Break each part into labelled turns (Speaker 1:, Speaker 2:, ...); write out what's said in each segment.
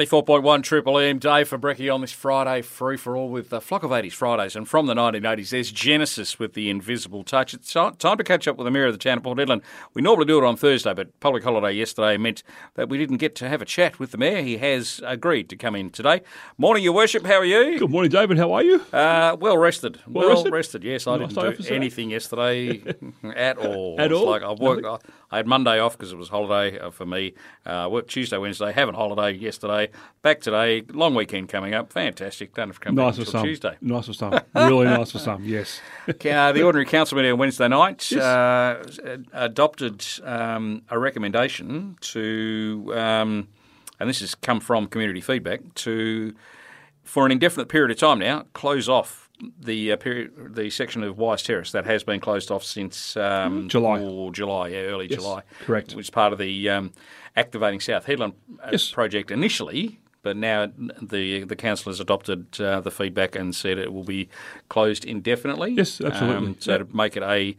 Speaker 1: 94.1 Triple M, Dave for Brecky on this Friday, free for all with the Flock of 80s Fridays. And from the 1980s, there's Genesis with The Invisible Touch. It's ti- time to catch up with the Mayor of the Town of Port Hedland. We normally do it on Thursday, but public holiday yesterday meant that we didn't get to have a chat with the Mayor. He has agreed to come in today. Morning, Your Worship. How are you?
Speaker 2: Good morning, David. How are you?
Speaker 1: Uh, well rested. Well,
Speaker 2: rested?
Speaker 1: Yes, I
Speaker 2: Nice day off
Speaker 1: didn't
Speaker 2: this
Speaker 1: do
Speaker 2: day.
Speaker 1: anything yesterday at all.
Speaker 2: At
Speaker 1: It's
Speaker 2: all?
Speaker 1: Like I worked. I, I had Monday off because it was holiday uh, for me. Uh, worked Tuesday, Wednesday, having holiday yesterday. Back today. Long weekend coming up. Fantastic. Don't have to come
Speaker 2: Nice
Speaker 1: back
Speaker 2: for
Speaker 1: until
Speaker 2: some.
Speaker 1: Tuesday.
Speaker 2: Nice for some. really nice for some. Yes.
Speaker 1: Uh, the ordinary council meeting on Wednesday night uh, adopted um, a recommendation to, um, and this has come from community feedback, to for an indefinite period of time now close off the uh, period, the section of Wise Terrace that has been closed off since um,
Speaker 2: Mm-hmm. July.
Speaker 1: or July, yeah, early July,
Speaker 2: correct.
Speaker 1: which is part of the um, activating South Headland uh,
Speaker 2: Yes.
Speaker 1: project initially. But now the the council has adopted uh, the feedback and said it will be closed indefinitely.
Speaker 2: Yes, absolutely.
Speaker 1: Um, so to make it a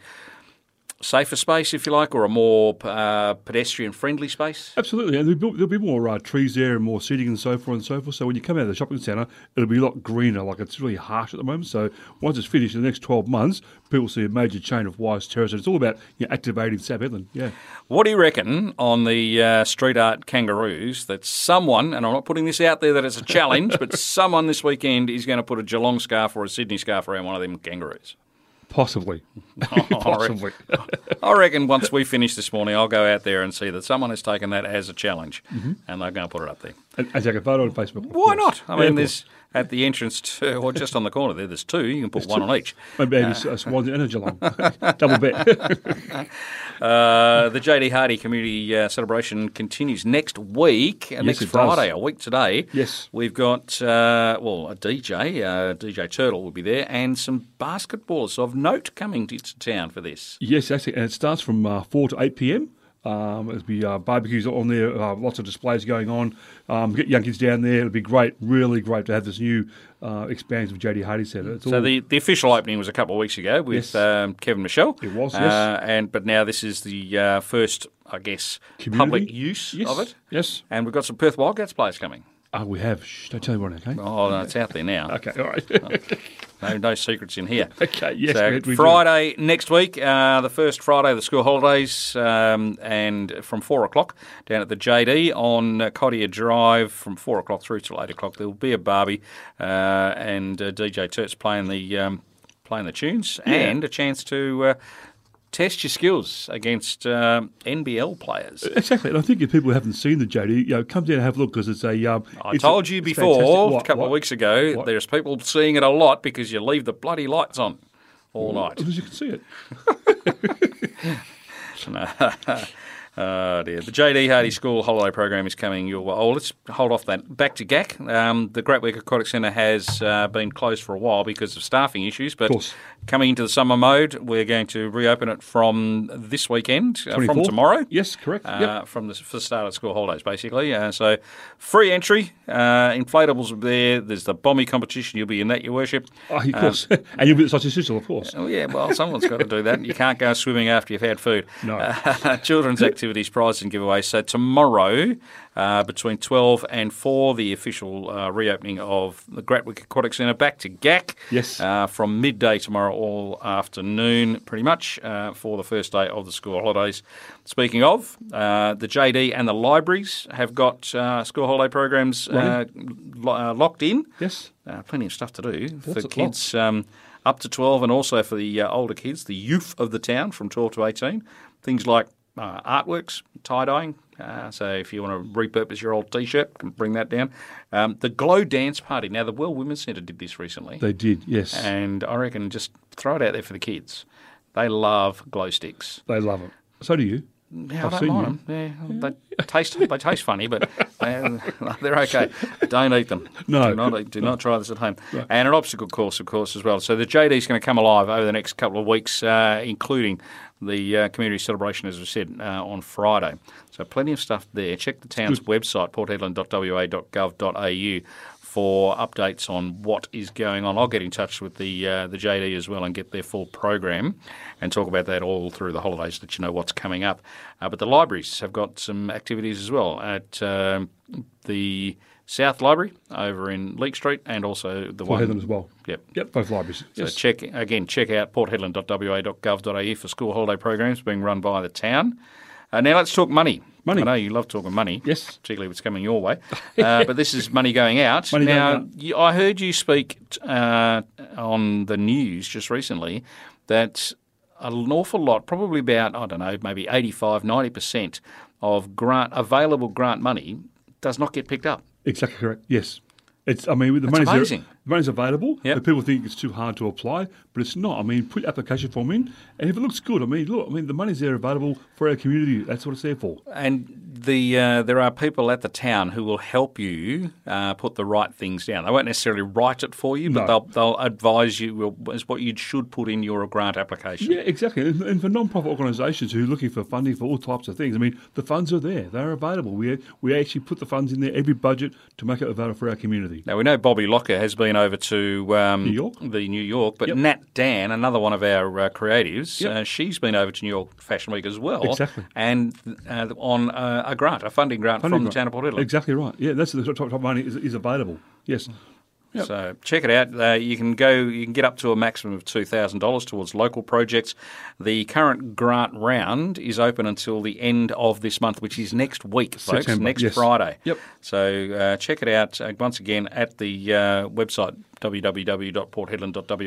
Speaker 1: safer space, if you like, or a more uh, pedestrian friendly space.
Speaker 2: Absolutely. And there'll be, there'll be more uh, trees there and more seating and so forth and so forth. So when you come out of the shopping centre, it'll be a lot greener. Like it's really harsh at the moment. So once it's finished in the next 12 months, people see a major change of Wise Terrace. And it's all about you know, activating South Edland. Yeah.
Speaker 1: What do you reckon on the uh, street art kangaroos that someone, and I'm not putting this out there that it's a challenge, but someone this weekend is going to put a Geelong scarf or a Sydney scarf around one of them kangaroos?
Speaker 2: Possibly.
Speaker 1: Oh,
Speaker 2: Possibly.
Speaker 1: I reckon once we finish this morning, I'll go out there and see that someone has taken that as a challenge and they're going to put it up there.
Speaker 2: and, and take a photo on Facebook. of
Speaker 1: Mm-hmm. Why
Speaker 2: course.
Speaker 1: not? I
Speaker 2: Yeah,
Speaker 1: mean,
Speaker 2: of course.
Speaker 1: there's at the entrance to, or just on the corner there, there's two. You can put one on each.
Speaker 2: Maybe it's uh, Swansea and a Geelong. Double bet.
Speaker 1: Uh, the JD Hardy Community uh, Celebration continues next week, uh, next
Speaker 2: it does.
Speaker 1: Friday, a week today.
Speaker 2: Yes.
Speaker 1: We've got, uh, well, a DJ, uh, DJ Turtle will be there, and some basketballers of note coming to, to town for this.
Speaker 2: Yes, that's it. And it starts from uh, 4 to 8 p.m. Um, there'll be uh, barbecues on there, uh, lots of displays going on. Um, get young kids down there. It'll be great, really great to have this new uh, expansion of JD Hardy Centre. It's
Speaker 1: So
Speaker 2: all-
Speaker 1: the, the official opening was a couple of weeks ago with
Speaker 2: Yes.
Speaker 1: um, Kevin Michelle.
Speaker 2: It was,
Speaker 1: Uh, and but now this is the uh, first, I guess, public
Speaker 2: Community?
Speaker 1: use
Speaker 2: yes,
Speaker 1: of it.
Speaker 2: Yes.
Speaker 1: And we've got some Perth Wildcats players coming.
Speaker 2: Oh, we have. Shh, don't tell anyone, okay?
Speaker 1: Oh, no, it's out there now.
Speaker 2: Okay, all right.
Speaker 1: No, no secrets in here.
Speaker 2: Okay, yes,
Speaker 1: So
Speaker 2: we- we do.
Speaker 1: Friday next week, uh, the first Friday of the school holidays, um, and from four o'clock down at the JD on uh, Cottier Drive from four o'clock through till eight o'clock. There will be a Barbie uh, and uh, DJ Turt's playing the um, playing the tunes, and a chance to. Uh, Test your skills against um, NBL players.
Speaker 2: exactly. And I think if people haven't seen the JD, you know, come down and have a look because it's a. Um,
Speaker 1: I
Speaker 2: it's
Speaker 1: told
Speaker 2: a-
Speaker 1: you
Speaker 2: it's fantastic.
Speaker 1: before,
Speaker 2: What-
Speaker 1: a couple
Speaker 2: what?
Speaker 1: of weeks ago,
Speaker 2: what?
Speaker 1: there's people seeing it a lot because you leave the bloody lights on all night.
Speaker 2: As you can see it.
Speaker 1: Oh dear. The JD Hardy School Holiday Program is coming your way. Oh, let's hold off that. Back to GAC. Um, the Great Week Aquatic Centre has uh, been closed for a while because of staffing issues, but
Speaker 2: course.
Speaker 1: coming into the summer mode, we're going to reopen it from this weekend, uh, from
Speaker 2: 24th?
Speaker 1: tomorrow.
Speaker 2: Yes, correct.
Speaker 1: Uh,
Speaker 2: yep.
Speaker 1: From the, for the start of school holidays, basically. Uh, so, free entry, uh, inflatables are there. There's the bombing competition. You'll be in that, Your Worship.
Speaker 2: Oh, of course. and you'll be at Sausage Sizzle, of course.
Speaker 1: Oh, uh, yeah, well, someone's got to do that. You can't go swimming after you've had food.
Speaker 2: No.
Speaker 1: Uh, children's activities, prizes, and giveaways. So, tomorrow, uh, between 12 and 4, the official uh, reopening of the Gratwick Aquatic Centre back to GAC.
Speaker 2: Yes.
Speaker 1: Uh, from midday tomorrow, all afternoon, pretty much, uh, for the first day of the school holidays. Speaking of, uh, the JD and the libraries have got uh, school holiday programs uh, lo- uh, locked in
Speaker 2: Yes.
Speaker 1: uh, plenty of stuff to do
Speaker 2: Lots
Speaker 1: for
Speaker 2: of-
Speaker 1: kids um, up to 12 and also for the uh, older kids, the youth of the town from 12 to 18. Things like uh, artworks, tie dyeing. Uh, so if you want to repurpose your old t shirt, can bring that down. Um, the Glow Dance Party. Now, the Well Women's Centre did this recently,
Speaker 2: They did, yes.
Speaker 1: and I reckon just throw it out there for the kids. They love glow sticks.
Speaker 2: They love it. So do you.
Speaker 1: Yeah,
Speaker 2: I've
Speaker 1: I don't
Speaker 2: seen
Speaker 1: mind them. Yeah, they taste they taste funny, but they, they're okay. Don't eat them.
Speaker 2: No.
Speaker 1: do not eat- do not try this at home. And an obstacle course, of course, as well. So the JD is going to come alive over the next couple of weeks, uh, including the uh, community celebration, as we said, uh, on Friday. So plenty of stuff there. Check the town's website, portheadland.wa.gov.au. For updates on what is going on, I'll get in touch with the uh, the JD as well and get their full program, and talk about that all through the holidays. That you know what's coming up. Uh, but the libraries have got some activities as well at um the South Library over in Leek Street, and also the
Speaker 2: Port
Speaker 1: one.
Speaker 2: Hedland as well.
Speaker 1: Yep.
Speaker 2: Yep, both libraries.
Speaker 1: So check again. Check out porthedland.wa.gov.au for school holiday programs being run by the town. Uh, now let's talk money.
Speaker 2: Money.
Speaker 1: I know you love talking money.
Speaker 2: Yes.
Speaker 1: Particularly if it's coming your way. Uh, but this is money going out.
Speaker 2: Money going
Speaker 1: now
Speaker 2: out.
Speaker 1: You, I heard you speak t- uh, on the news just recently that an awful lot, probably about I don't know, maybe 85, 90 percent of grant available grant money does not get picked up.
Speaker 2: Exactly correct. Yes. It's. I mean, the money's there-
Speaker 1: amazing.
Speaker 2: The money's available.
Speaker 1: Yep.
Speaker 2: But people think it's too hard to apply, but it's not. I mean, put your application form in, and if it looks good, I mean, look, I mean, the money's there available for our community. That's what it's there for.
Speaker 1: And the uh, there are people at the town who will help you uh, put the right things down. They won't necessarily write it for you, but
Speaker 2: No.
Speaker 1: they'll they'll advise you as what you should put in your grant application.
Speaker 2: Yeah, exactly. And, and for non-profit organisations who are looking for funding for all types of things, I mean, the funds are there; they're available. We we actually put the funds in there every budget to make it available for our community.
Speaker 1: Now we know Bobby Locker has been over to um,
Speaker 2: New York.
Speaker 1: the New York, but
Speaker 2: Yep.
Speaker 1: Nat Dan, another one of our uh, creatives,
Speaker 2: Yep.
Speaker 1: uh, she's been over to New York Fashion Week as well,
Speaker 2: Exactly.
Speaker 1: and uh, on uh, a grant, a funding grant
Speaker 2: Funding
Speaker 1: from
Speaker 2: grant.
Speaker 1: the town of Port Hedland.
Speaker 2: Exactly right. Yeah, that's the top, top money is, is available. Yes.
Speaker 1: Hmm.
Speaker 2: Yep.
Speaker 1: So check it out. Uh, you can go. You can get up to a maximum of two thousand dollars towards local projects. The current grant round is open until the end of this month, which is next week, folks.
Speaker 2: September,
Speaker 1: next
Speaker 2: yes.
Speaker 1: Friday.
Speaker 2: Yep.
Speaker 1: So uh, check it out uh, once again at the uh, website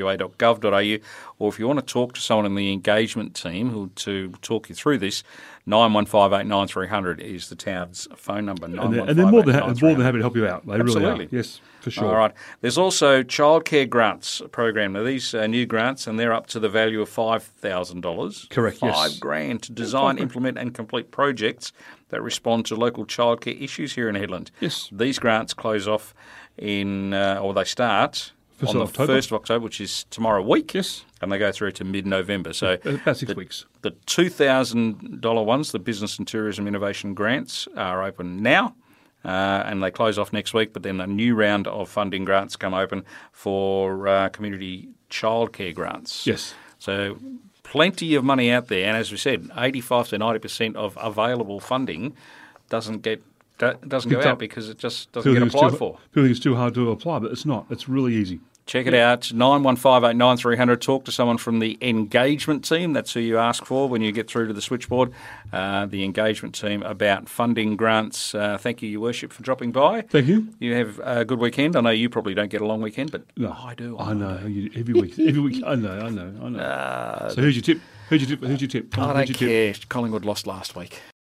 Speaker 1: www.porthedland.wa.gov.au, or if you want to talk to someone in the engagement team who to talk you through this, nine one five eight nine three hundred is the town's phone number.
Speaker 2: And they're, and they're more than ha- more than happy to help you out. They really
Speaker 1: Absolutely.
Speaker 2: are. Yes, for sure.
Speaker 1: All right. There's also childcare grants program. Now these are new grants, and they're up to the value of five thousand dollars.
Speaker 2: Correct,
Speaker 1: Five
Speaker 2: yes.
Speaker 1: grand to design, implement, and complete projects that respond to local childcare issues here in Headland.
Speaker 2: Yes.
Speaker 1: These grants close off in, uh, or they start
Speaker 2: First
Speaker 1: on
Speaker 2: of
Speaker 1: the
Speaker 2: October.
Speaker 1: first of October, which is tomorrow week.
Speaker 2: Yes. Uh,
Speaker 1: And they go through to mid-November. So
Speaker 2: About six
Speaker 1: the-
Speaker 2: weeks.
Speaker 1: the $2,000 ones, the Business and Tourism Innovation Grants, are open now. Uh, and they close off next week, but then a new round of funding grants come open for uh, community childcare grants.
Speaker 2: Yes.
Speaker 1: So, plenty of money out there, and as we said, eighty-five to ninety percent of available funding doesn't get do- doesn't go
Speaker 2: Picked
Speaker 1: out
Speaker 2: up.
Speaker 1: because it just doesn't
Speaker 2: People
Speaker 1: get
Speaker 2: think, it's
Speaker 1: applied
Speaker 2: too,
Speaker 1: for.
Speaker 2: people think it's too hard to apply, but it's not. It's really easy.
Speaker 1: Check it out, 91589300. Talk to someone from the engagement team. That's who you ask for when you get through to the switchboard. Uh, the engagement team about funding grants. Uh, thank you, Your Worship, for dropping by.
Speaker 2: Thank you.
Speaker 1: You have a good weekend. I know you probably don't get a long weekend, but
Speaker 2: No,
Speaker 1: Oh, I do.
Speaker 2: I know you, every week. Every week. I know. I know. I know. so who's your tip? Who's your tip? Who's your tip? Come
Speaker 1: I
Speaker 2: on,
Speaker 1: don't
Speaker 2: who's your tip?
Speaker 1: care. Collingwood lost last week.